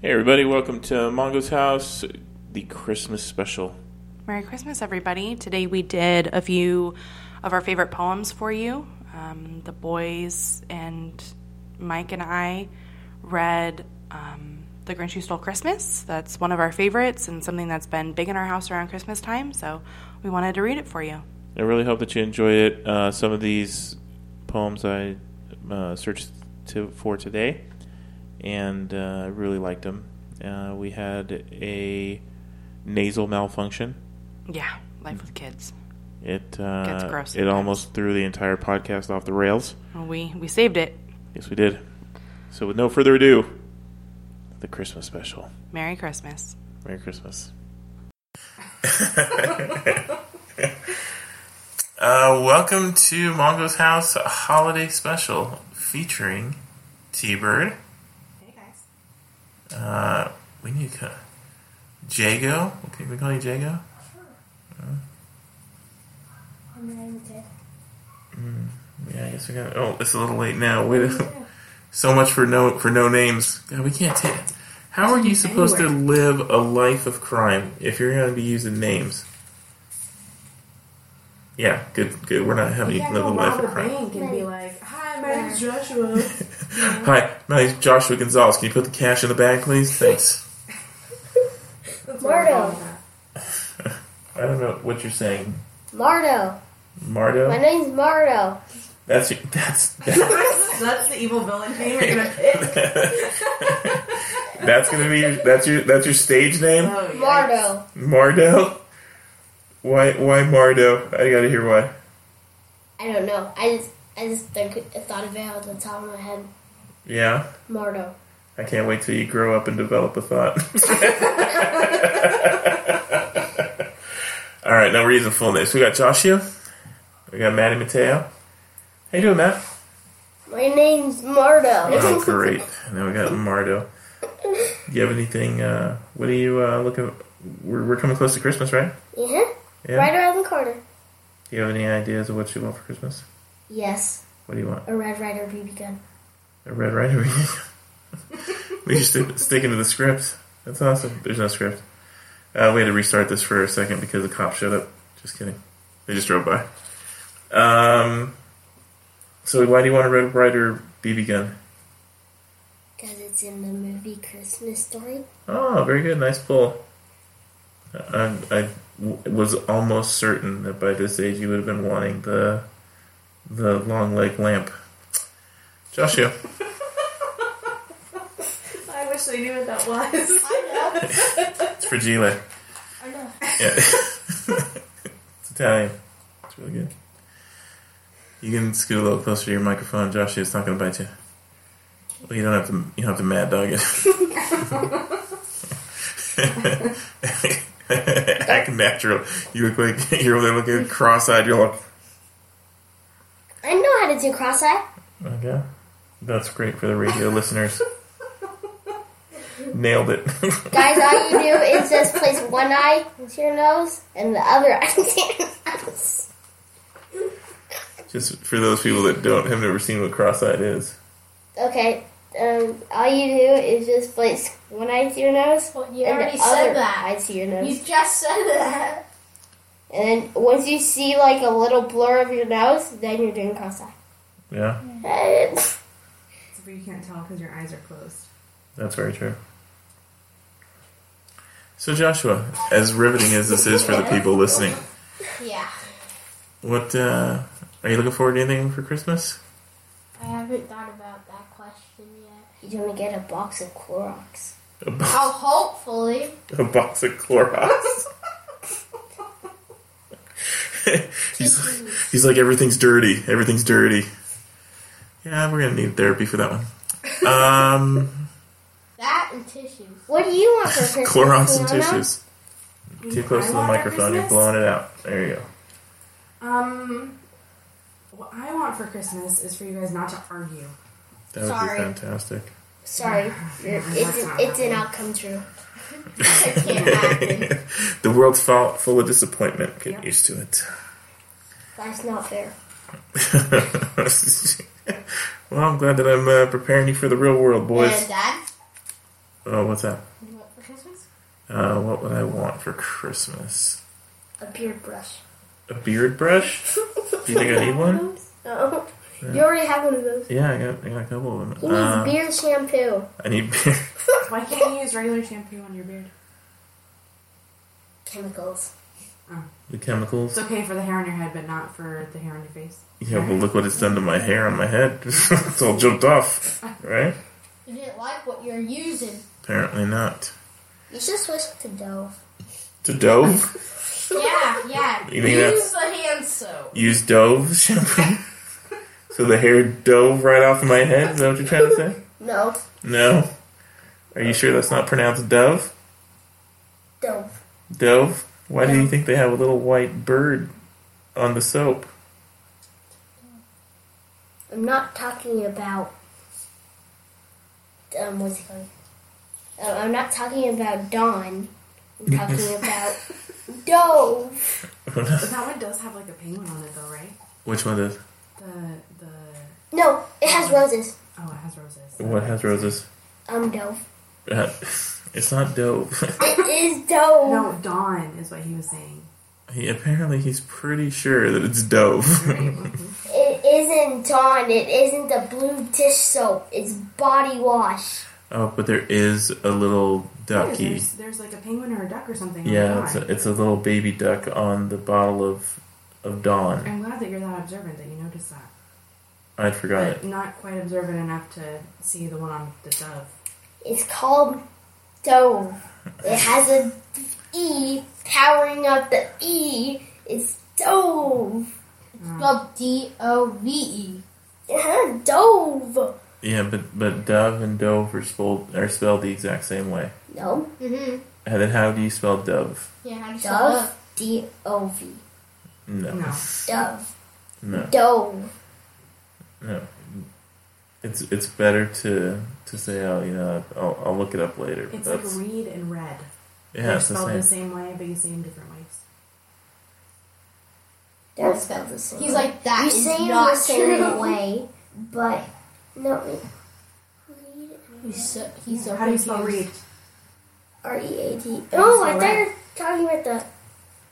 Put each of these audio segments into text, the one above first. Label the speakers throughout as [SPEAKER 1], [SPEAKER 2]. [SPEAKER 1] Hey, everybody, welcome to Mongo's House, the Christmas special.
[SPEAKER 2] Merry Christmas, everybody. Today we did a few of our favorite poems for you. Um, the boys and Mike and I read um, The Grinch Who Stole Christmas. That's one of our favorites and something that's been big in our house around Christmas time, so we wanted to read it for you.
[SPEAKER 1] I really hope that you enjoy it. Uh, some of these poems I uh, searched to, for today, and uh, I really liked them. Uh, we had a nasal malfunction.
[SPEAKER 2] Yeah, life with kids.
[SPEAKER 1] It uh,
[SPEAKER 2] Gets gross
[SPEAKER 1] It
[SPEAKER 2] sometimes.
[SPEAKER 1] almost threw the entire podcast off the rails.
[SPEAKER 2] Well, we, we saved it.
[SPEAKER 1] Yes, we did. So, with no further ado, the Christmas special.
[SPEAKER 2] Merry Christmas.
[SPEAKER 1] Merry Christmas. uh, welcome to Mongo's House Holiday Special featuring T Bird.
[SPEAKER 3] Hey guys.
[SPEAKER 1] Uh, we need to. Jago? Okay, we call you Jago?
[SPEAKER 3] I'm ready to.
[SPEAKER 1] Yeah, I guess we got. Oh, it's a little late now. Wait, so much for no for no names. God, we can't take. How are you supposed to live a life of crime if you're going to be using names? Yeah, good, good. We're not having you
[SPEAKER 3] Yeah,
[SPEAKER 1] live a
[SPEAKER 3] go
[SPEAKER 1] life
[SPEAKER 3] rob
[SPEAKER 1] of
[SPEAKER 3] a
[SPEAKER 1] crime.
[SPEAKER 3] bank and be like, "Hi, my name's Joshua."
[SPEAKER 1] Hi, my name's Joshua Gonzalez. Can you put the cash in the bag, please? Thanks.
[SPEAKER 3] That's what I'm
[SPEAKER 4] Mardo.
[SPEAKER 3] talking about.
[SPEAKER 1] I don't know what you're saying,
[SPEAKER 4] Mardo. My
[SPEAKER 1] Mardo.
[SPEAKER 4] name's Mardo.
[SPEAKER 1] That's your, that's that,
[SPEAKER 3] That's the evil villain name we're gonna pick.
[SPEAKER 1] that's gonna be your, that's your that's your stage name,
[SPEAKER 3] Oh, yikes.
[SPEAKER 4] Mardo.
[SPEAKER 1] Mardo. Why why Mardo? I gotta hear why.
[SPEAKER 4] I don't know. I just I just think I thought of it off the top of my head.
[SPEAKER 1] Yeah.
[SPEAKER 4] Mardo.
[SPEAKER 1] I can't wait till you grow up and develop a thought. All right, now we're using full names. We got Joshua. We got Matty Mateo. How you doing, Matt?
[SPEAKER 4] My name's Mardo.
[SPEAKER 1] Oh, great. And then we got Mardo. Do you have anything? Uh, what are you uh, looking? We're, we're coming close to Christmas, right?
[SPEAKER 4] yeah.
[SPEAKER 1] Yeah.
[SPEAKER 4] Right around the corner.
[SPEAKER 1] Do you have any ideas of what you want for Christmas?
[SPEAKER 4] Yes.
[SPEAKER 1] What do you want?
[SPEAKER 4] A Red Rider BB gun.
[SPEAKER 1] A Red Rider. we just stick, sticking to the script. That's awesome. There's no script. Uh, we had to restart this for a second because the cops showed up. Just kidding. They just drove by. Um, so why do you want a Red Rider BB gun?
[SPEAKER 4] Because it's in the movie Christmas Story.
[SPEAKER 1] Oh, very good. Nice pull. I, I w- was almost certain that by this age you would have been wanting the the long leg lamp. Joshua.
[SPEAKER 3] I wish they knew what that was.
[SPEAKER 1] It's for Gila.
[SPEAKER 4] I know.
[SPEAKER 1] Yeah. it's Italian. It's really good. You can scoot a little closer to your microphone, Josh. It's not going to bite you. Well, you don't have to. You don't have to mad dog it. Act natural. You look like you're really looking cross-eyed. You're like,
[SPEAKER 4] I know how to do cross eye.
[SPEAKER 1] okay, that's great for the radio listeners. Nailed it.
[SPEAKER 4] Guys, all you do is just place one eye into your nose and the other eye into your nose.
[SPEAKER 1] Just for those people that don't have never seen what cross-eyed is.
[SPEAKER 4] Okay. Um, all you do is just place one eye to your nose
[SPEAKER 5] Well, you
[SPEAKER 4] and
[SPEAKER 5] already
[SPEAKER 4] the other
[SPEAKER 5] said that.
[SPEAKER 4] eye to your nose.
[SPEAKER 5] You just said that.
[SPEAKER 4] And then once you see like a little blur of your nose, then you're doing cross eye.
[SPEAKER 1] Yeah,
[SPEAKER 5] Mm-hmm.
[SPEAKER 3] Except for you can't tell because your eyes are closed.
[SPEAKER 1] That's very true. So, Joshua, as riveting as this is for the people listening,
[SPEAKER 5] Yeah.
[SPEAKER 1] what uh, are you looking forward to anything for Christmas?
[SPEAKER 5] I haven't thought about that question yet.
[SPEAKER 4] You're gonna get a box of Clorox.
[SPEAKER 1] A, bo-
[SPEAKER 5] Oh, hopefully.
[SPEAKER 1] a box of Clorox. he's, like, he's like, everything's dirty. Everything's dirty. Yeah, we're going to need therapy for that one. Um,
[SPEAKER 5] That and tissues.
[SPEAKER 4] What do you want for Christmas?
[SPEAKER 1] Clorox and
[SPEAKER 4] Fiona?
[SPEAKER 1] tissues. Too close to the
[SPEAKER 3] I want for
[SPEAKER 1] microphone. You're
[SPEAKER 3] Christmas?
[SPEAKER 1] blowing it out. There you go.
[SPEAKER 3] Um, what I want for Christmas is for you guys not to argue.
[SPEAKER 1] That would
[SPEAKER 5] Sorry.
[SPEAKER 1] be fantastic.
[SPEAKER 4] Sorry, you're- it's it did not come true.
[SPEAKER 5] It can't happen.
[SPEAKER 1] the world's full, full of disappointment. Get
[SPEAKER 3] Yep.
[SPEAKER 1] used to it.
[SPEAKER 4] That's not fair.
[SPEAKER 1] well, I'm glad that I'm uh, preparing you for the real world, boys.
[SPEAKER 5] And Dad?
[SPEAKER 1] Oh, what's that?
[SPEAKER 5] What for Christmas?
[SPEAKER 1] Uh, what would I want for Christmas?
[SPEAKER 4] A beard brush.
[SPEAKER 1] A beard brush? Do you think I need one?
[SPEAKER 4] Oh. You already have one of those.
[SPEAKER 1] Yeah, I got, I got a couple of
[SPEAKER 4] He
[SPEAKER 1] them.
[SPEAKER 4] needs
[SPEAKER 1] Uh,
[SPEAKER 4] beard shampoo.
[SPEAKER 1] I need beard.
[SPEAKER 3] Why can't you use regular shampoo on your beard?
[SPEAKER 4] Chemicals.
[SPEAKER 1] The chemicals.
[SPEAKER 3] It's okay for the hair on your head, but not for the hair on your face.
[SPEAKER 1] Yeah, well, look what it's done to my hair on my head. it's all jumped off, right?
[SPEAKER 5] You didn't like what you're using.
[SPEAKER 1] Apparently not.
[SPEAKER 4] You should switch to Dove.
[SPEAKER 1] To Dove?
[SPEAKER 5] yeah, yeah.
[SPEAKER 1] You think that's-
[SPEAKER 5] Use the hand soap.
[SPEAKER 1] Use Dove shampoo? so the hair dove right off of my head? Is that what you're trying to say?
[SPEAKER 4] No,
[SPEAKER 1] No. Are you sure that's not pronounced Dove?
[SPEAKER 4] Dove.
[SPEAKER 1] Dove? Why do you think they have a little white bird on the soap?
[SPEAKER 4] I'm not talking about. Um, what's it called? Uh, I'm not talking about Dawn. I'm talking about Dove.
[SPEAKER 3] But that one does have like a penguin on it, though, right?
[SPEAKER 1] Which one does?
[SPEAKER 3] The the
[SPEAKER 4] No, it has roses.
[SPEAKER 3] oh, it has roses.
[SPEAKER 1] What has roses?
[SPEAKER 4] Um, Dove.
[SPEAKER 1] Uh, it's not Dove.
[SPEAKER 4] It is Dove.
[SPEAKER 3] No, Dawn is what he was saying.
[SPEAKER 1] he, apparently, he's pretty sure that it's Dove.
[SPEAKER 4] It isn't Dawn. It isn't the blue dish soap. It's body wash.
[SPEAKER 1] oh, but there is a little
[SPEAKER 3] Yeah,
[SPEAKER 1] ducky.
[SPEAKER 3] There's, there's like a penguin or a duck or something. on
[SPEAKER 1] Yeah,
[SPEAKER 3] Dawn.
[SPEAKER 1] it's a, it's a little baby duck on the bottle of of Dawn.
[SPEAKER 3] I'm glad that you're that observant that you noticed that.
[SPEAKER 1] I'd forgotten it.
[SPEAKER 3] Not quite observant enough to see the one on the dove.
[SPEAKER 4] It's called Dove. It has a E powering up the E. It's Dove.
[SPEAKER 5] Spelled D O V E.
[SPEAKER 4] Uh-huh, Dove.
[SPEAKER 1] Yeah, but but Dove and Dove are spelled are spelled the exact same way.
[SPEAKER 4] No,
[SPEAKER 5] Mm-hmm.
[SPEAKER 1] And then how do you spell Dove?
[SPEAKER 5] Yeah, I just
[SPEAKER 4] Dove. D O V. E.
[SPEAKER 1] No,
[SPEAKER 3] No.
[SPEAKER 1] no,
[SPEAKER 4] Dove.
[SPEAKER 1] no.
[SPEAKER 4] Dove.
[SPEAKER 1] It's it's better to to say oh you know I'll, I'll look it up later.
[SPEAKER 3] It's
[SPEAKER 1] That's,
[SPEAKER 3] like read and red.
[SPEAKER 1] yeah,
[SPEAKER 3] They're
[SPEAKER 1] it's the
[SPEAKER 3] spelled
[SPEAKER 1] same.
[SPEAKER 3] the same way, but you see them different ways.
[SPEAKER 4] They're spelled the same.
[SPEAKER 5] He's like that
[SPEAKER 4] you
[SPEAKER 5] is
[SPEAKER 4] say it
[SPEAKER 5] not
[SPEAKER 4] the same
[SPEAKER 5] true.
[SPEAKER 4] way, but no. wait. Read
[SPEAKER 5] He's so, he's so
[SPEAKER 3] How do you spell
[SPEAKER 5] confused.
[SPEAKER 3] read?
[SPEAKER 4] R E A D. Oh, I
[SPEAKER 3] so
[SPEAKER 4] thought you were talking about the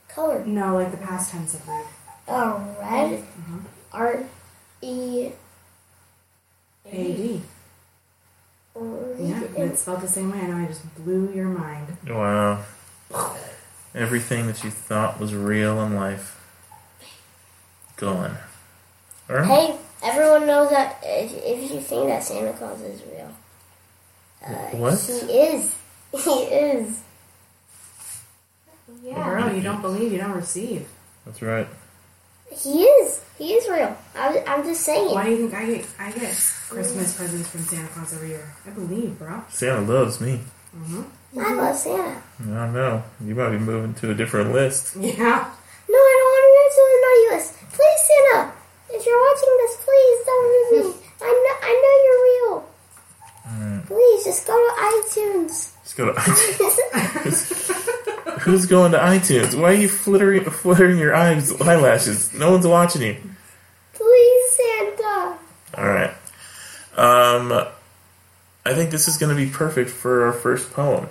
[SPEAKER 4] color.
[SPEAKER 3] No, like the past tense of read.
[SPEAKER 4] Oh, red. R E.
[SPEAKER 3] A D. Oh, Yeah, and it's spelled the same way. I know. I just blew your mind.
[SPEAKER 1] Wow, everything that you thought was real in life gone. All right.
[SPEAKER 4] Hey, everyone knows that if, if you think that Santa Claus is real, he
[SPEAKER 1] what?
[SPEAKER 4] is. He is.
[SPEAKER 3] Girl, you don't believe, you don't receive.
[SPEAKER 1] That's right.
[SPEAKER 4] He is. He is real. I'm, I'm just saying.
[SPEAKER 3] Why do you think I get I get Christmas presents from Santa Claus every year? I believe, bro.
[SPEAKER 1] Santa loves me.
[SPEAKER 4] I love Santa.
[SPEAKER 1] I don't know. You might be moving to a different list.
[SPEAKER 3] Yeah.
[SPEAKER 4] No, I don't want to move to the naughty list. Please, Santa. If you're watching this, please don't remove me. I know, I know you're real. Please, just go to iTunes.
[SPEAKER 1] Let's go to iTunes. Who's going to iTunes? Why are you flittering, fluttering your eyes, eyelashes? No one's watching you.
[SPEAKER 4] please, Santa.
[SPEAKER 1] All right. Um, I think this is going to be perfect for our first poem.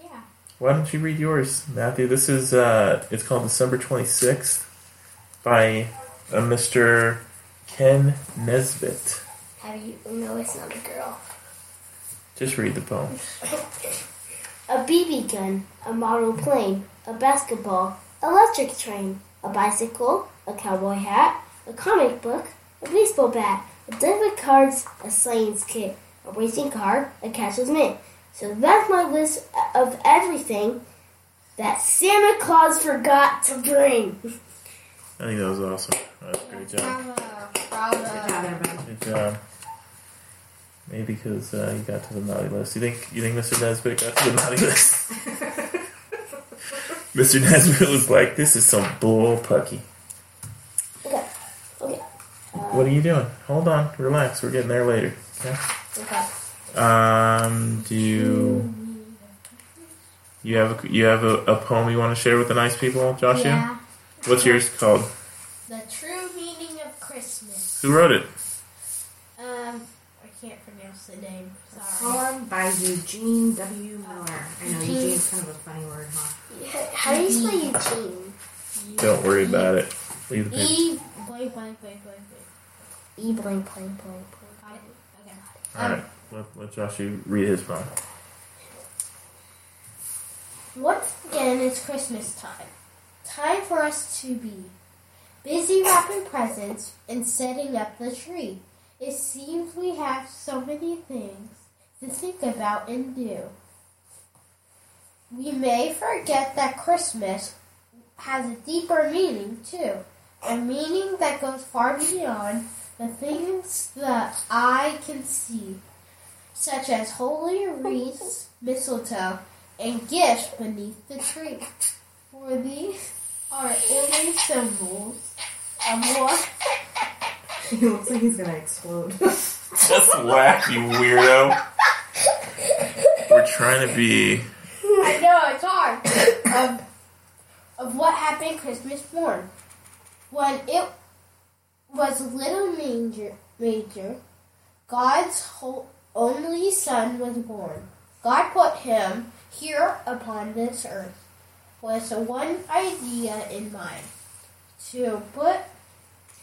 [SPEAKER 5] Yeah.
[SPEAKER 1] Why don't you read yours, Matthew? This is uh, it's called December twenty sixth by a Mister Ken Nesbitt.
[SPEAKER 4] How do you know it's not a girl?
[SPEAKER 1] Just read the poem.
[SPEAKER 4] A BB gun, a model plane, a basketball, electric train, a bicycle, a cowboy hat, a comic book, a baseball bat, a deck of cards, a slaying's kit, a racing car, a catcher's mitt. So that's my list of everything that Santa Claus forgot to bring.
[SPEAKER 1] I think that was awesome. That was a great job.
[SPEAKER 5] Bravo. Bravo.
[SPEAKER 3] Yeah, they're bad.
[SPEAKER 1] Good job. Maybe because uh, you got to the naughty list. You think you think Mr. Nesbitt got to the naughty list? Mr. Nesbitt was like, "This is some bull pucky."
[SPEAKER 4] Okay, okay,
[SPEAKER 1] What are you doing? Hold on, relax. We're getting there later. Okay.
[SPEAKER 4] okay.
[SPEAKER 1] Um, do you you have a, you have a, a poem you want to share with the nice people, Joshua?
[SPEAKER 5] Yeah.
[SPEAKER 1] What's yours called?
[SPEAKER 5] The true meaning of Christmas.
[SPEAKER 1] Who wrote it?
[SPEAKER 5] Um, I can't pronounce the name. Sorry.
[SPEAKER 3] poem by Eugene W. Miller. I know Eugene's kind of a funny word, huh?
[SPEAKER 4] How do you spell Eugene?
[SPEAKER 1] Don't worry about it. Leave the paper.
[SPEAKER 5] E blank blank blank blank blank.
[SPEAKER 4] E blank blank blank blank.
[SPEAKER 5] Got it. Okay.
[SPEAKER 1] All right. Let, let Josh you read his poem.
[SPEAKER 5] Once again, it's Christmas time. Time for us to be busy wrapping presents and setting up the tree. It seems we have so many things to think about and do. We may forget that Christmas has a deeper meaning, too, a meaning that goes far beyond the things the eye can see such as holy wreaths, mistletoe, and gifts beneath the tree. For these are only symbols of what
[SPEAKER 3] He looks like he's gonna explode.
[SPEAKER 1] That's whack, you weirdo. We're trying to be.
[SPEAKER 5] I know it's hard of of what happened Christmas morn when it was little manger major God's whole, only son was born. God put him here upon this earth with one idea in mind to put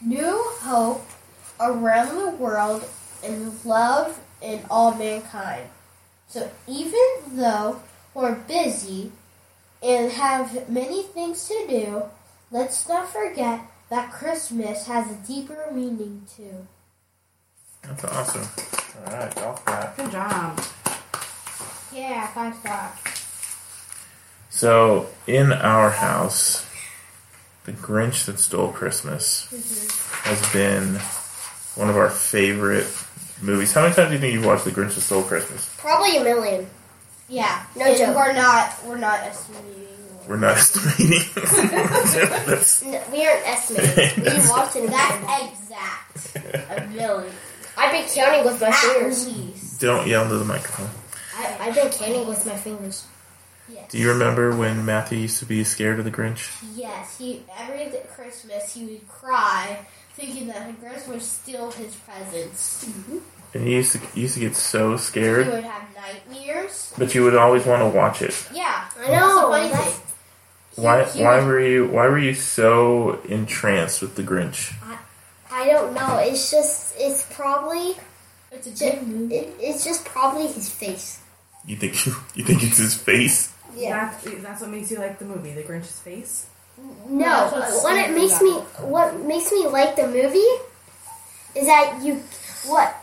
[SPEAKER 5] new hope around the world and love in all mankind. So even though we're busy and have many things to do, let's not forget that Christmas has a deeper meaning too.
[SPEAKER 1] That's awesome. All right, golf clap.
[SPEAKER 3] Good job.
[SPEAKER 5] Yeah, five star.
[SPEAKER 1] So, in our house, the Grinch that stole Christmas
[SPEAKER 5] Mm-hmm.
[SPEAKER 1] has been one of our favorite movies. How many times do you think you've watched The Grinch that Stole Christmas?
[SPEAKER 4] Probably a million.
[SPEAKER 5] Yeah.
[SPEAKER 4] No
[SPEAKER 5] and
[SPEAKER 4] joke.
[SPEAKER 5] We're not we're not estimating.
[SPEAKER 1] We're not estimating. That's-
[SPEAKER 4] No, we aren't estimating. We walked in that.
[SPEAKER 5] That's exact. A million.
[SPEAKER 4] I've been counting with my
[SPEAKER 5] At
[SPEAKER 4] fingers.
[SPEAKER 5] least.
[SPEAKER 1] don't yell into the microphone.
[SPEAKER 4] I, I've been counting with my fingers.
[SPEAKER 5] Yes.
[SPEAKER 1] Do you remember when Matthew used to be scared of the Grinch?
[SPEAKER 5] Yes, he every th- Christmas he would cry thinking that the Grinch would steal his presents.
[SPEAKER 1] And he used to, he used to get so
[SPEAKER 5] He
[SPEAKER 1] scared,
[SPEAKER 5] would have nightmares.
[SPEAKER 1] but you would always want to watch it.
[SPEAKER 5] Yeah.
[SPEAKER 4] I know.
[SPEAKER 5] That's the funny
[SPEAKER 4] that-
[SPEAKER 5] thing. He-
[SPEAKER 1] Why?
[SPEAKER 5] he
[SPEAKER 1] Why
[SPEAKER 5] would-
[SPEAKER 1] were you? Why were you so entranced with the Grinch?
[SPEAKER 4] I don't know. It's just, it's probably,
[SPEAKER 5] It's a
[SPEAKER 4] ju-
[SPEAKER 5] good movie.
[SPEAKER 4] it, it's just probably his face.
[SPEAKER 1] You think? You think it's his face?
[SPEAKER 3] That's, that's what makes you like the movie, The Grinch's Face.
[SPEAKER 4] No,
[SPEAKER 5] That's what's
[SPEAKER 4] what it
[SPEAKER 5] scary
[SPEAKER 4] makes
[SPEAKER 5] about
[SPEAKER 4] me, what makes me like the movie, is that you, what,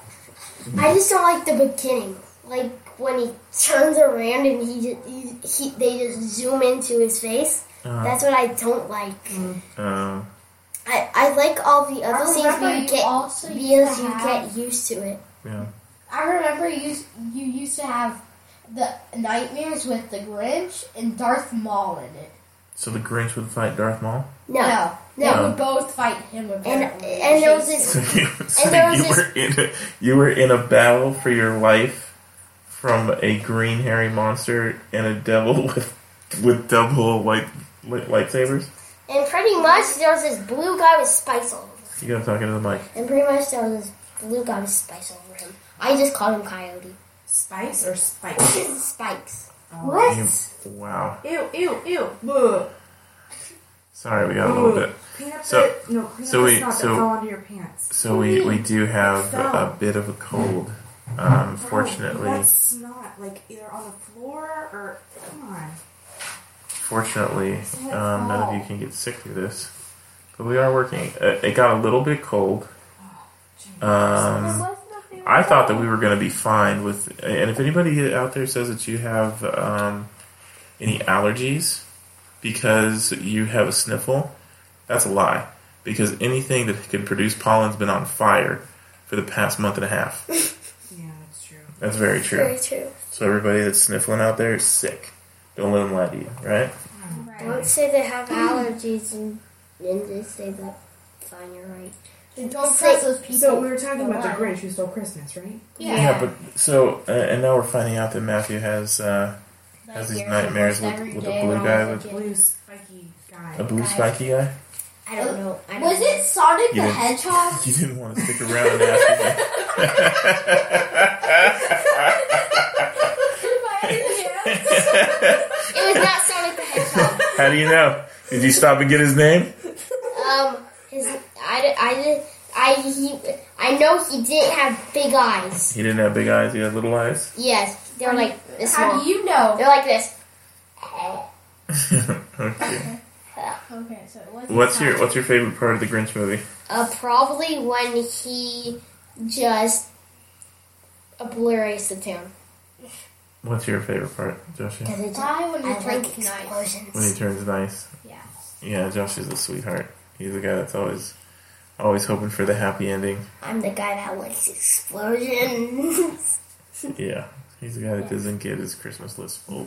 [SPEAKER 4] I just don't like the beginning. Like when he turns around and he, ju- he, he they just zoom into his face.
[SPEAKER 1] Uh,
[SPEAKER 4] That's what I don't like.
[SPEAKER 1] um,
[SPEAKER 4] I, I like all the
[SPEAKER 5] I
[SPEAKER 4] other scenes
[SPEAKER 5] remember
[SPEAKER 4] where Oh, you
[SPEAKER 5] you
[SPEAKER 4] get
[SPEAKER 5] also used
[SPEAKER 4] because
[SPEAKER 5] to
[SPEAKER 4] you
[SPEAKER 5] have-
[SPEAKER 4] get used to it.
[SPEAKER 1] yeah.
[SPEAKER 5] I remember you you used to have the nightmares with the Grinch and Darth Maul in it.
[SPEAKER 1] So the Grinch would fight Darth Maul.
[SPEAKER 4] No,
[SPEAKER 5] no,
[SPEAKER 1] No.
[SPEAKER 5] we both fight him.
[SPEAKER 4] and and there was this
[SPEAKER 1] So you, so
[SPEAKER 4] there was
[SPEAKER 1] you
[SPEAKER 4] this-
[SPEAKER 1] were in a, you were in a battle for your life from a green hairy monster and a devil with with double light, light lightsabers.
[SPEAKER 4] and pretty much there was this blue guy with spikes all over.
[SPEAKER 1] You
[SPEAKER 4] him.
[SPEAKER 1] gotta talk into the mic.
[SPEAKER 4] And pretty much there was this blue guy with spikes all over him. I just called him Coyote.
[SPEAKER 3] Spice or Spike?
[SPEAKER 4] Spikes.
[SPEAKER 5] what?
[SPEAKER 1] You- wow.
[SPEAKER 3] Ew, ew, ew. Ugh.
[SPEAKER 1] Sorry, we got a little bit.
[SPEAKER 3] Clean up
[SPEAKER 1] So-
[SPEAKER 3] the, no, clean
[SPEAKER 1] so
[SPEAKER 3] up
[SPEAKER 1] we-
[SPEAKER 3] the snot
[SPEAKER 1] so-
[SPEAKER 3] that fell onto your pants.
[SPEAKER 1] So we, we do have a bit of a cold, um,
[SPEAKER 3] Oh,
[SPEAKER 1] unfortunately.
[SPEAKER 3] that's not like either on the floor or come on.
[SPEAKER 1] Fortunately, um, none of you can get sick through this, but we are working. Uh, It got a little bit cold. Um, I thought that we were going to be fine with. And if anybody out there says that you have um, any allergies because you have a sniffle, that's a lie. Because anything that can produce pollen's been on fire for the past month and a half.
[SPEAKER 3] Yeah, that's true.
[SPEAKER 1] That's very true.
[SPEAKER 4] Very true.
[SPEAKER 1] So everybody that's sniffling out there is sick. Don't let them lie to you, right?
[SPEAKER 4] Don't say they have allergies and then they say that. Fine, you're right.
[SPEAKER 5] Don't trust those people.
[SPEAKER 3] So we were talking about the
[SPEAKER 5] Why?
[SPEAKER 3] Grinch who stole Christmas, right?
[SPEAKER 5] Yeah.
[SPEAKER 1] Yeah, but so uh, and now we're finding out that Matthew has uh, has these nightmares with-
[SPEAKER 5] every
[SPEAKER 1] with a
[SPEAKER 5] day
[SPEAKER 1] blue
[SPEAKER 5] when I
[SPEAKER 1] guy
[SPEAKER 5] was a kid.
[SPEAKER 3] Blue spiky guy.
[SPEAKER 1] a blue spiky guy.
[SPEAKER 6] I don't know. I don't
[SPEAKER 5] Was
[SPEAKER 6] know.
[SPEAKER 5] it Sonic
[SPEAKER 1] You
[SPEAKER 5] the
[SPEAKER 1] didn't-
[SPEAKER 5] Hedgehog?
[SPEAKER 1] You didn't want to stick around and ask
[SPEAKER 4] It was not Sonic the Hedgehog.
[SPEAKER 1] me. How do you know? Did you stop and get his name?
[SPEAKER 4] Um, his, I, I, I, he, I know he didn't have big eyes.
[SPEAKER 1] He didn't have big eyes. He had little eyes.
[SPEAKER 4] Yes, they're like this
[SPEAKER 5] How
[SPEAKER 4] small.
[SPEAKER 5] do you know?
[SPEAKER 4] They're like this.
[SPEAKER 1] okay.
[SPEAKER 5] Okay, so it wasn't
[SPEAKER 1] What's
[SPEAKER 5] Sonic.
[SPEAKER 1] your What's your favorite part of the Grinch movie?
[SPEAKER 4] Uh, probably when he just obliterates the town.
[SPEAKER 1] What's your favorite part, Joshua?
[SPEAKER 6] Because it just,
[SPEAKER 5] Why would
[SPEAKER 6] I
[SPEAKER 5] you
[SPEAKER 6] like
[SPEAKER 5] drink tonight?
[SPEAKER 6] explosions.
[SPEAKER 1] When he turns nice.
[SPEAKER 6] Yeah.
[SPEAKER 1] Yeah, Josh is a sweetheart. He's the guy that's always always hoping for the happy ending.
[SPEAKER 6] I'm the guy that likes explosions.
[SPEAKER 1] Yeah. He's the guy that doesn't get his Christmas list full.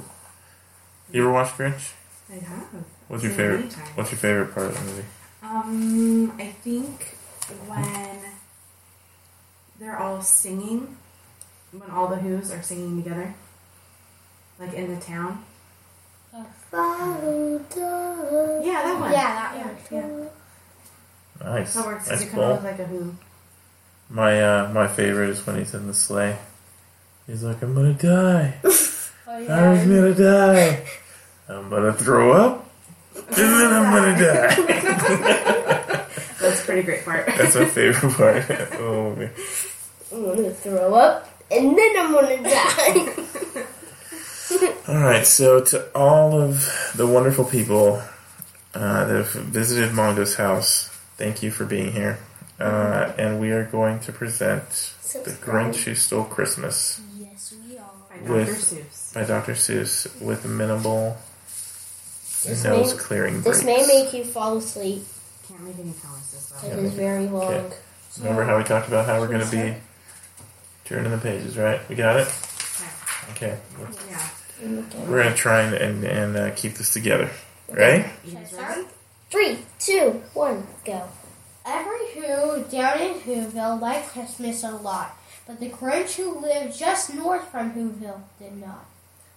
[SPEAKER 1] You ever watch Grinch?
[SPEAKER 3] I have.
[SPEAKER 1] What's your
[SPEAKER 3] Yeah,
[SPEAKER 1] favorite
[SPEAKER 3] many times.
[SPEAKER 1] What's your favorite part of the movie?
[SPEAKER 3] Um, I think when they're all singing, when all the Who's are singing together, like in the town.
[SPEAKER 4] Follow the.
[SPEAKER 3] Yeah, that one.
[SPEAKER 5] Yeah, that one.
[SPEAKER 3] Yeah.
[SPEAKER 1] Nice.
[SPEAKER 3] That works because
[SPEAKER 1] Nice
[SPEAKER 3] you kind of
[SPEAKER 1] ball.
[SPEAKER 3] look like a Who.
[SPEAKER 1] My uh, my favorite is when he's in the sleigh. He's like, I'm gonna die.
[SPEAKER 5] Oh, yeah.
[SPEAKER 1] I'm gonna die. I'm gonna throw up. And then I'm gonna die.
[SPEAKER 3] That's a pretty great part.
[SPEAKER 1] That's my favorite part. oh man.
[SPEAKER 4] I'm gonna throw up and then I'm gonna die.
[SPEAKER 1] All right, so to all of the wonderful people uh, that have visited Mongo's house, thank you for being here. Uh, and we are going to present The Grinch Who Stole Christmas
[SPEAKER 4] Yes, we are.
[SPEAKER 3] By Dr.
[SPEAKER 1] With-
[SPEAKER 3] Seuss.
[SPEAKER 1] by Dr. Seuss with minimal
[SPEAKER 4] This
[SPEAKER 1] nose
[SPEAKER 4] may-
[SPEAKER 1] clearing
[SPEAKER 4] This
[SPEAKER 1] breaks.
[SPEAKER 4] may make you fall asleep.
[SPEAKER 3] Can't make any promises
[SPEAKER 4] It
[SPEAKER 3] though.
[SPEAKER 1] Yeah.
[SPEAKER 4] is very long.
[SPEAKER 1] Okay. Remember how we talked about how we're going to be turning the pages, right? We got it? Okay.
[SPEAKER 3] Yeah.
[SPEAKER 1] We're going to try and, and, and uh, keep this together, right?
[SPEAKER 5] Should I start?
[SPEAKER 4] Three, two, one, go.
[SPEAKER 5] Every who down in Whoville liked Christmas a lot, but the Grinch who lived just north from Whoville did not.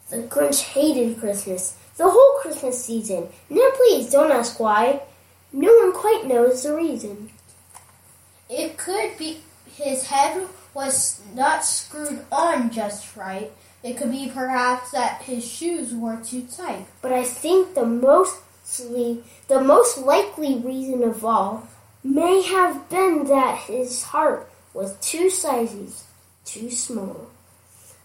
[SPEAKER 4] The Grinch hated Christmas, the whole Christmas season. Now, please don't ask why. No one quite knows the reason.
[SPEAKER 5] It could be his head was not screwed on just right. It could be perhaps that his shoes were too tight.
[SPEAKER 4] But I think the mostly, the most likely reason of all may have been that his heart was two sizes too small.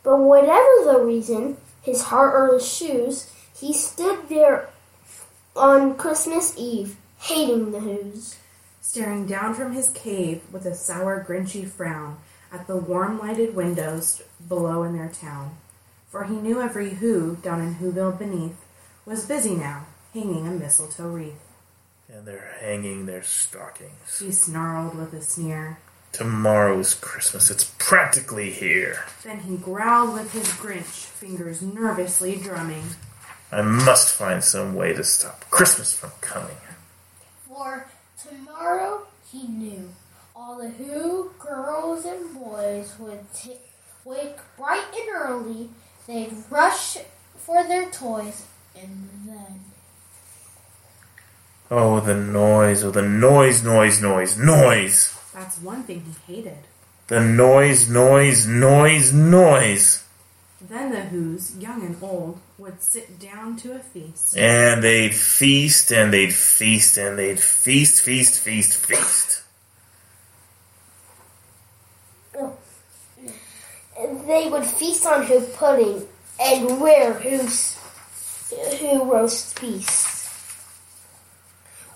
[SPEAKER 4] But whatever the reason, his heart or his shoes, he stood there on Christmas Eve, hating the Who's.
[SPEAKER 3] Staring down from his cave with a sour, grinchy frown at the warm lighted windows below in their town. For he knew every who down in Whoville beneath was busy now, hanging a mistletoe wreath.
[SPEAKER 1] And they're hanging their stockings.
[SPEAKER 3] He snarled with a sneer.
[SPEAKER 1] Tomorrow's Christmas. It's practically here.
[SPEAKER 3] Then he growled with his Grinch, fingers nervously drumming.
[SPEAKER 1] I must find some way to stop Christmas from coming.
[SPEAKER 5] For tomorrow he knew all the who girls and boys would t- wake bright and early. They'd rush for their toys, and then
[SPEAKER 1] Oh, the noise, oh, the noise, noise, noise, noise.
[SPEAKER 3] That's one thing he hated.
[SPEAKER 1] The noise, noise, noise, noise.
[SPEAKER 3] Then the Who's, young and old, would sit down to a feast.
[SPEAKER 1] And they'd feast, and they'd feast, and they'd feast, feast, feast, feast.
[SPEAKER 4] They would feast on who pudding and wear who's, who roast beasts,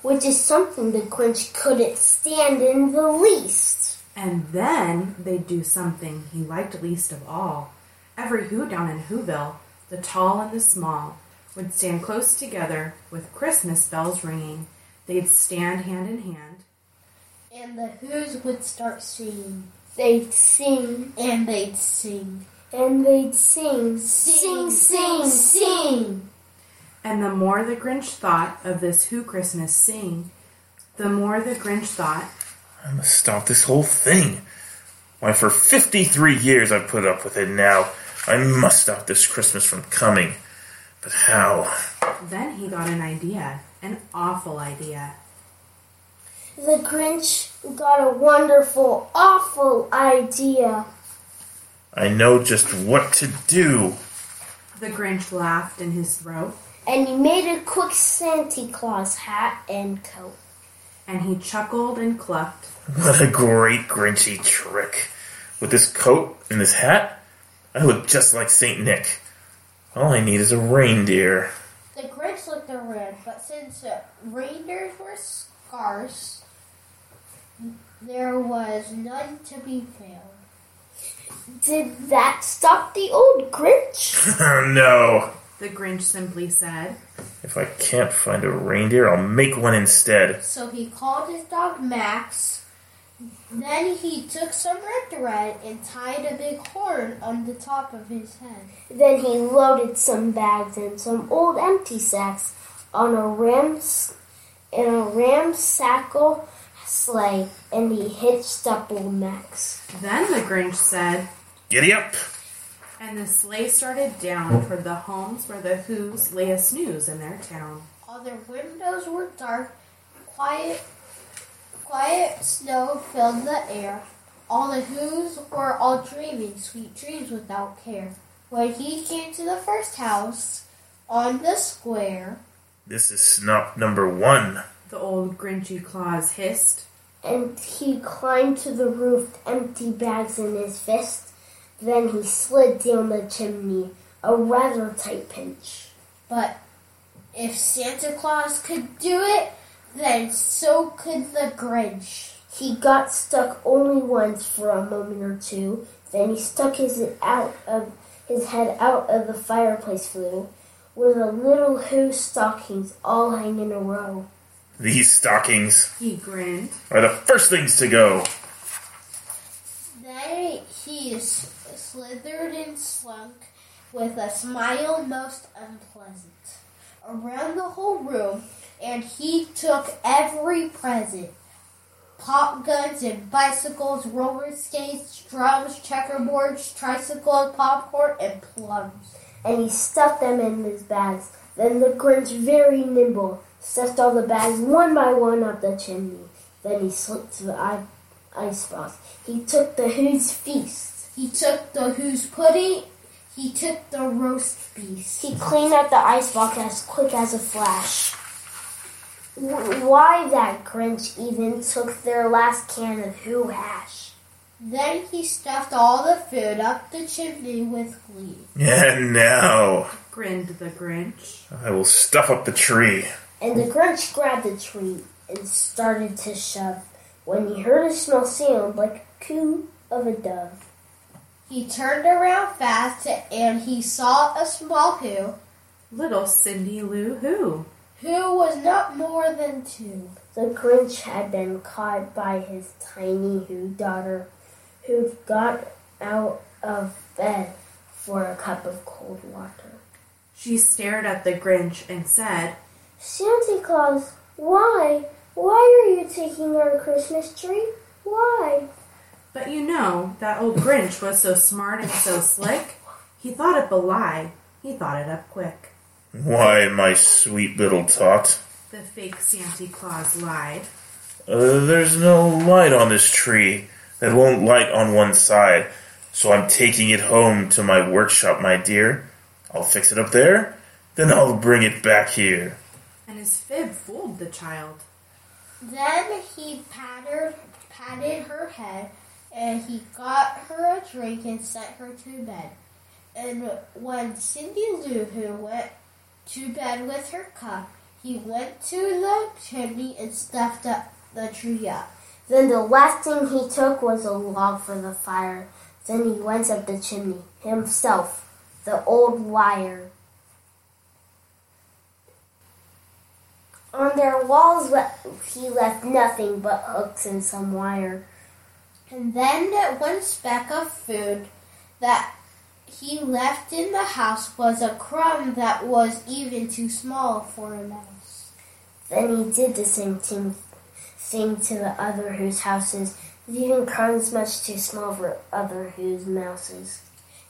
[SPEAKER 4] which is something the Grinch couldn't stand in the least.
[SPEAKER 3] And then they'd do something he liked least of all. Every Who down in Whoville, the tall and the small, would stand close together with Christmas bells ringing. They'd stand hand in hand.
[SPEAKER 5] and the who's would start singing,
[SPEAKER 4] They'd sing
[SPEAKER 5] and they'd sing,
[SPEAKER 4] and they'd sing, sing, sing, sing.
[SPEAKER 3] And the more the Grinch thought of this Who Christmas sing, the more the Grinch thought,
[SPEAKER 1] I must stop this whole thing. Why, for 53 years I've put up with it now. I must stop this Christmas from coming. But how?
[SPEAKER 3] then he got an idea, an awful idea.
[SPEAKER 4] the Grinch got a wonderful, awful idea.
[SPEAKER 1] I know just what to do.
[SPEAKER 3] The Grinch laughed in his throat,
[SPEAKER 4] And he made a quick Santa Claus hat and coat.
[SPEAKER 3] and he chuckled and clucked.
[SPEAKER 1] What a great Grinchy trick. With this coat and this hat, I look just like St. Nick. All I need is a reindeer.
[SPEAKER 5] The Grinch looked around, but since uh, reindeers were scarce, there was none to be found.
[SPEAKER 4] Did that stop the old Grinch?
[SPEAKER 1] Oh no!
[SPEAKER 3] The Grinch simply said,
[SPEAKER 1] If I can't find a reindeer, I'll make one instead.
[SPEAKER 5] So he called his dog Max. Then he took some red thread and tied a big horn on the top of his head.
[SPEAKER 4] then he loaded some bags and some old empty sacks on a ram's in a ramsackle sleigh, and he hitched up old Max.
[SPEAKER 3] Then the Grinch said,
[SPEAKER 1] Giddy up!
[SPEAKER 3] and the sleigh started down toward the homes where the Who's lay a snooze in their town.
[SPEAKER 5] All their windows were dark. Quiet, quiet snow filled the air. All the who's were all dreaming sweet dreams without care. When he came to the first house on the square,
[SPEAKER 1] This is snop number one.
[SPEAKER 3] The old Grinchy Claus hissed,
[SPEAKER 4] And he climbed to the roof, empty bags in his fist. Then he slid down the chimney, a rather tight pinch.
[SPEAKER 5] but if Santa Claus could do it, then so could the Grinch.
[SPEAKER 4] He got stuck only once for a moment or two. Then he stuck his out of his head out of the fireplace flue, where the little who stockings all hang in a row.
[SPEAKER 1] These stockings
[SPEAKER 3] he grinned,
[SPEAKER 1] are the first things to go.
[SPEAKER 5] Then he s- slithered and slunk with a smile most unpleasant around the whole room, and he took every present pop guns and bicycles, roller skates, drums, checkerboards, tricycles, popcorn, and plums.
[SPEAKER 4] and he stuffed them in his bags. Then the Grinch, very nimble, stuffed all the bags one by one up the chimney. Then he slipped to the i- icebox. He took the Who's feast.
[SPEAKER 5] He took the Who's pudding, he took the roast beef.
[SPEAKER 4] He cleaned out the icebox as quick as a flash. Wh- Why that Grinch even took their last can of Who hash?
[SPEAKER 5] Then he stuffed all the food up the chimney with glee.
[SPEAKER 1] And now,
[SPEAKER 3] grinned the Grinch.
[SPEAKER 1] I will stuff up the tree.
[SPEAKER 4] And the Grinch grabbed the tree and started to shove when he heard a smell sound like a coo of a dove.
[SPEAKER 5] He turned around fast and he saw a small who,
[SPEAKER 3] Little Cindy Lou Who.
[SPEAKER 5] who was not more than two.
[SPEAKER 4] The Grinch had been caught by his tiny Who daughter, who got out of bed for a cup of cold water.
[SPEAKER 3] She stared at the Grinch and said,
[SPEAKER 4] Santa Claus, why? Why are you taking our Christmas tree? Why?
[SPEAKER 3] But you know, that old Grinch was so smart and so slick, he thought up a lie. He thought it up quick.
[SPEAKER 1] Why, my sweet little tot,
[SPEAKER 3] The fake Santa Claus lied.
[SPEAKER 1] uh, there's no light on this tree that won't light on one side, so I'm taking it home to my workshop, my dear. I'll fix it up there, then I'll bring it back here.
[SPEAKER 3] And his fib fooled the child.
[SPEAKER 5] Then he patted, patted her head and he got her a drink and sent her to bed. And when Cindy Lou Who went to bed with her cup, he went to the chimney and stuffed up the tree up.
[SPEAKER 4] Then the last thing he took was a log for the fire. Then he went up the chimney himself, the old liar. On their walls, le- he left nothing but hooks and some wire.
[SPEAKER 5] And then one speck of food that he left in the house was a crumb that was even too small for a mouse.
[SPEAKER 4] Then he did the same thing, thing to the other whose houses, leaving crumbs much too small for other whose mouses.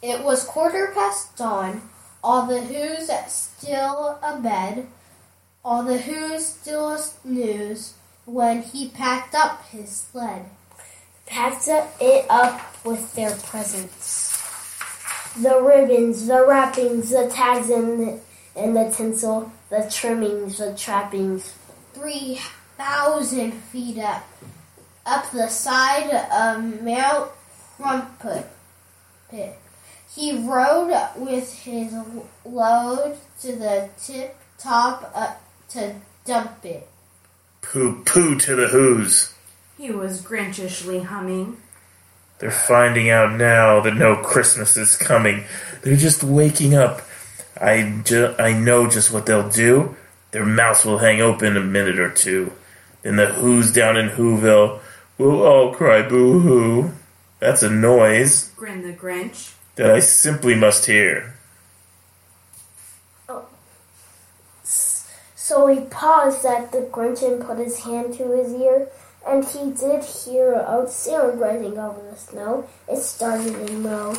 [SPEAKER 5] It was quarter past dawn. All the who's still abed. All the who's still snooze. when he packed up his sled.
[SPEAKER 4] packed up- it up with their presents. The ribbons, the wrappings, the tags and the, and the tinsel, the trimmings, the trappings.
[SPEAKER 5] 3,000 feet up, up the side of Mount Rumput. Pit. He rode with his load to the tip top uh, to dump it.
[SPEAKER 1] Poo poo to the who's.
[SPEAKER 3] He was grinchishly humming.
[SPEAKER 1] They're finding out now that no Christmas is coming. They're just waking up. I, ju- I know just what they'll do. Their mouths will hang open a minute or two. Then the who's down in Whoville will all cry boo hoo. That's a noise
[SPEAKER 3] Grinned the Grinch.
[SPEAKER 1] that I simply must hear.
[SPEAKER 4] So he paused at the Grinch and put his hand to his ear, and he did hear a sound rising over the snow. It started to grow.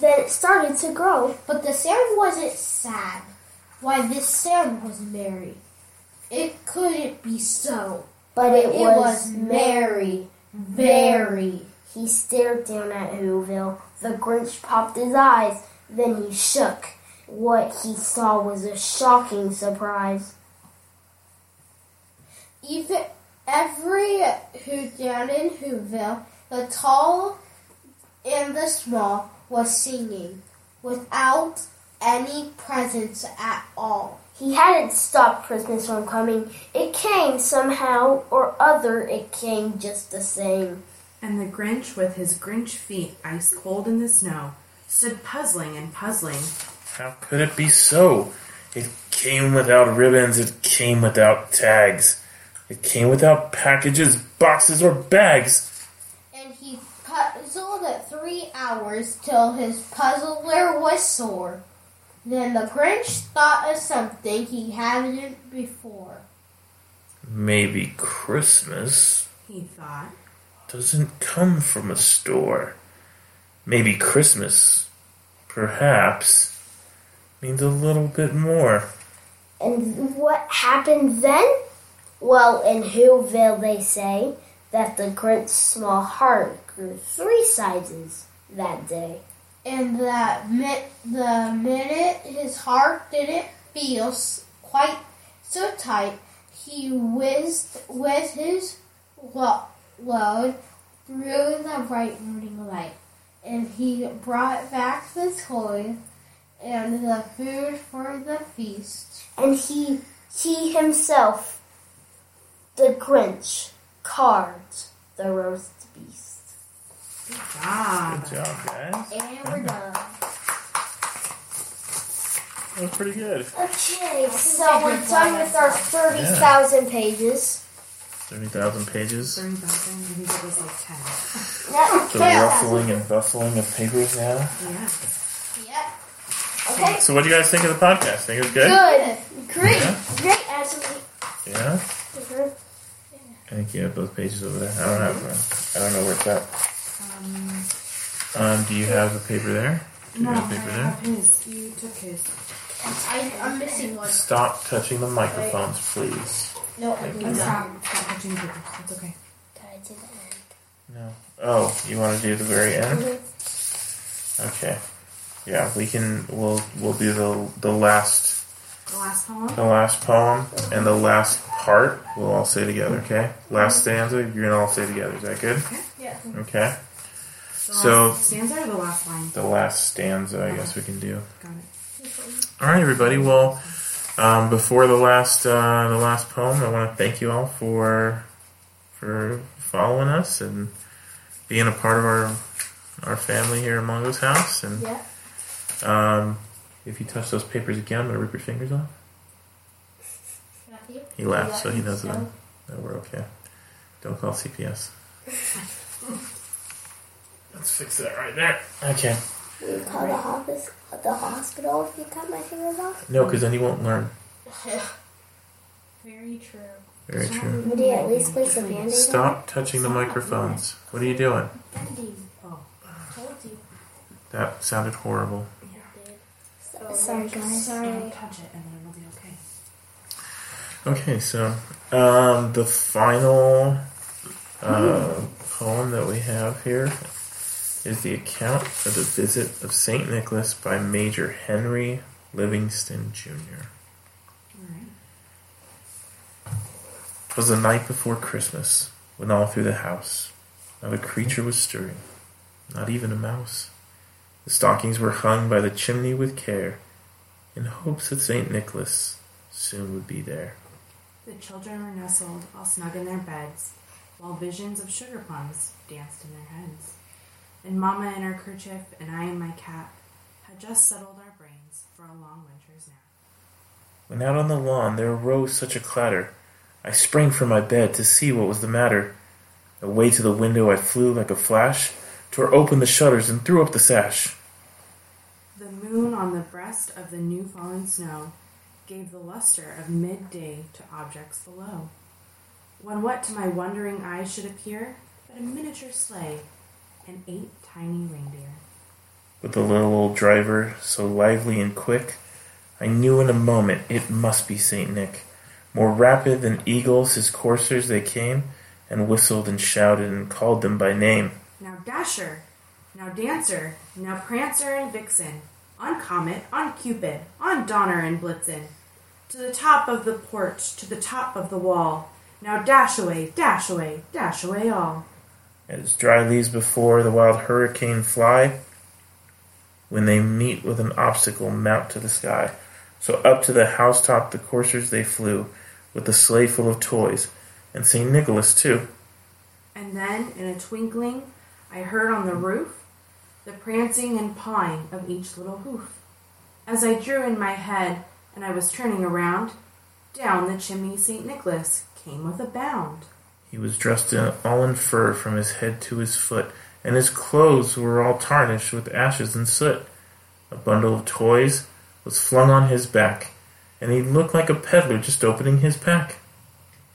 [SPEAKER 4] Then it started to grow.
[SPEAKER 5] But the sound wasn't sad. Why, this sound was merry. It couldn't be so.
[SPEAKER 4] But it,
[SPEAKER 5] It
[SPEAKER 4] was,
[SPEAKER 5] was merry, very.
[SPEAKER 4] He stared down at Whoville. The Grinch popped his eyes. Then he shook. What he saw was a shocking surprise.
[SPEAKER 5] Even every who down in Whoville, the tall and the small, was singing without any presents at all.
[SPEAKER 4] He hadn't stopped Christmas from coming. It came somehow or other. It came just the same.
[SPEAKER 3] And the Grinch, with his Grinch feet ice cold in the snow, stood puzzling and puzzling.
[SPEAKER 1] How could it be so? It came without ribbons, it came without tags, it came without packages, boxes, or bags.
[SPEAKER 5] And he puzzled it three hours till his puzzler was sore. Then the Grinch thought of something he hadn't before.
[SPEAKER 1] Maybe Christmas
[SPEAKER 3] He thought.
[SPEAKER 1] doesn't come from a store. Maybe Christmas, perhaps, means a little bit more.
[SPEAKER 4] And what happened then? Well, in Whoville, they say that the Grinch's small heart grew three sizes that day.
[SPEAKER 5] and that mi- the minute his heart didn't feel s- quite so tight, he whizzed with his lo- load through the bright morning light, and he brought back the toys and the food for the feast.
[SPEAKER 4] and he he himself the Grinch carved the roast beast.
[SPEAKER 3] Ah,
[SPEAKER 1] Good job, guys.
[SPEAKER 5] And we're done.
[SPEAKER 1] That was pretty good.
[SPEAKER 4] Okay, so we're done with our thirty thousand pages.
[SPEAKER 1] 30,000 pages.
[SPEAKER 3] 30,000. I think it was like
[SPEAKER 4] That-
[SPEAKER 1] The ruffling and bustling of papers now.
[SPEAKER 3] 10. Yeah.
[SPEAKER 5] Yep.
[SPEAKER 4] Okay,
[SPEAKER 1] So, what do you guys think of the podcast? Think it was good?
[SPEAKER 4] good,
[SPEAKER 5] Great.
[SPEAKER 4] great, actually.
[SPEAKER 1] Yeah?
[SPEAKER 4] Mhm.
[SPEAKER 1] I think you have those pages over there. I don't have one. I don't know where it's at.
[SPEAKER 3] Um,
[SPEAKER 1] Um, do you have the paper there? Do you
[SPEAKER 3] no, I
[SPEAKER 1] have the paper there?
[SPEAKER 3] have his. You took his.
[SPEAKER 5] I, I'm missing one.
[SPEAKER 1] Stop touching the microphones, please.
[SPEAKER 5] No, I
[SPEAKER 3] I'm
[SPEAKER 5] didn't.
[SPEAKER 3] sorry. Stop touching papers. It's okay.
[SPEAKER 1] No. Oh, you want to do the very end? Okay. Yeah, we can. We'll we'll do the the last
[SPEAKER 3] The last poem.
[SPEAKER 1] the last poem and the last part. We'll all say together. Okay. Last stanza. You're gonna all say together. Is that good?
[SPEAKER 5] Yeah.
[SPEAKER 1] Okay.
[SPEAKER 3] The
[SPEAKER 1] So-
[SPEAKER 3] last stanza or the last line?
[SPEAKER 1] The last stanza. I guess we can do.
[SPEAKER 3] Got it.
[SPEAKER 1] All right, everybody. Well, um, before the last uh, the last poem, I want to thank you all for for following us and being a part of our our family here at Mongo's house. And
[SPEAKER 5] Yeah.
[SPEAKER 1] um, if you touch those papers again, I'm gonna rip your fingers off.
[SPEAKER 5] Matthew?
[SPEAKER 1] He laughed, so he
[SPEAKER 5] Yeah,
[SPEAKER 1] knows
[SPEAKER 5] so-
[SPEAKER 1] that, that we're okay. Don't call CPS. Let's fix that right there. Okay.
[SPEAKER 6] You call the office, the hospital if you cut my fingers off?
[SPEAKER 1] No, because then you won't learn.
[SPEAKER 5] Very true.
[SPEAKER 1] Very true.
[SPEAKER 6] Would you at least place a
[SPEAKER 3] Oh.
[SPEAKER 6] band-aid on
[SPEAKER 1] Stop touching the microphones. What are you doing?
[SPEAKER 5] Told you.
[SPEAKER 1] That sounded horrible.
[SPEAKER 6] it? Sorry, guys.
[SPEAKER 3] Don't touch it, and then it'll be okay.
[SPEAKER 1] Okay, so Um, the final uh, poem that we have here is the account of the visit of St. Nicholas by Major Henry Livingston Jr. It was the night before Christmas, when all through the house not a creature was stirring, not even a mouse. The stockings were hung by the chimney with care, in hopes that St. Nicholas soon would be there.
[SPEAKER 3] The children were nestled, all snug in their beds, while visions of sugar plums danced in their heads. And Mama in her kerchief and I in my cap had just settled our brains for a long winter's nap.
[SPEAKER 1] When out on the lawn there arose such a clatter, I sprang from my bed to see what was the matter. Away to the window I flew like a flash, tore open the shutters and threw up the sash.
[SPEAKER 3] The moon on the breast of the new fallen snow gave the luster of midday to objects below. When what to my wondering eyes should appear but a miniature sleigh and eight tiny reindeer.
[SPEAKER 1] With the little old driver, so lively and quick, I knew in a moment it must be Saint Nick. More rapid than eagles, his coursers they came, and whistled and shouted and called them by name.
[SPEAKER 3] Now Dasher, now Dancer, now Prancer and Vixen, on Comet, on Cupid, on Donner and Blitzen, to the top of the porch, to the top of the wall. Now dash away, dash away, dash away all.
[SPEAKER 1] As dry leaves before the wild hurricane fly, when they meet with an obstacle, mount to the sky. So up to the housetop the coursers they flew, with the sleigh full of toys, and St. Nicholas too.
[SPEAKER 3] And then, in a twinkling, I heard on the roof the prancing and pawing of each little hoof. As I drew in my head and I was turning around, down the chimney St. Nicholas came with a bound.
[SPEAKER 1] He was dressed in all in fur from his head to his foot, and his clothes were all tarnished with ashes and soot. A bundle of toys was flung on his back, and he looked like a peddler just opening his pack.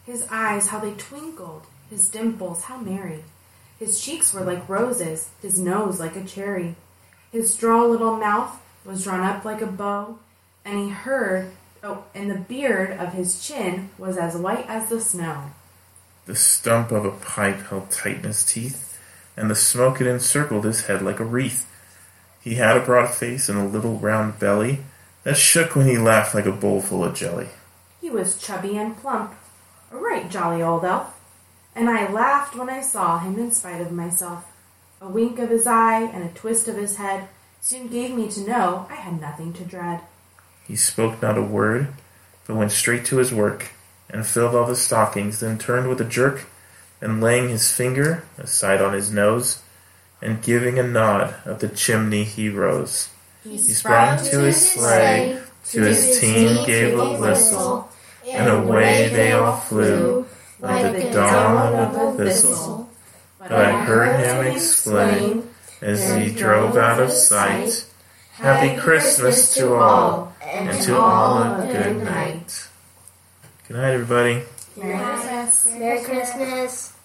[SPEAKER 3] His eyes, how they twinkled, his dimples, how merry. His cheeks were like roses, his nose like a cherry. His droll little mouth was drawn up like a bow, and he heard, oh, and the beard of his chin was as white as the snow.
[SPEAKER 1] The stump of a pipe held tight in his teeth, and the smoke had encircled his head like a wreath. He had a broad face and a little round belly that shook when he laughed like a bowl full of jelly.
[SPEAKER 3] He was chubby and plump, a right jolly old elf, and I laughed when I saw him in spite of myself. A wink of his eye and a twist of his head soon gave me to know I had nothing to dread.
[SPEAKER 1] He spoke not a word, but went straight to his work, and filled all the stockings, then turned with a jerk, and laying his finger aside on his nose, and giving a nod up the chimney he rose.
[SPEAKER 3] He
[SPEAKER 1] He sprang to his sleigh, to his team gave a whistle, and away they all flew, like the dawn of a thistle.
[SPEAKER 3] But
[SPEAKER 1] But I heard him exclaim, as he drove out of sight, Happy Christmas to all, and to all a good night. Good night, everybody.
[SPEAKER 6] Merry Christmas.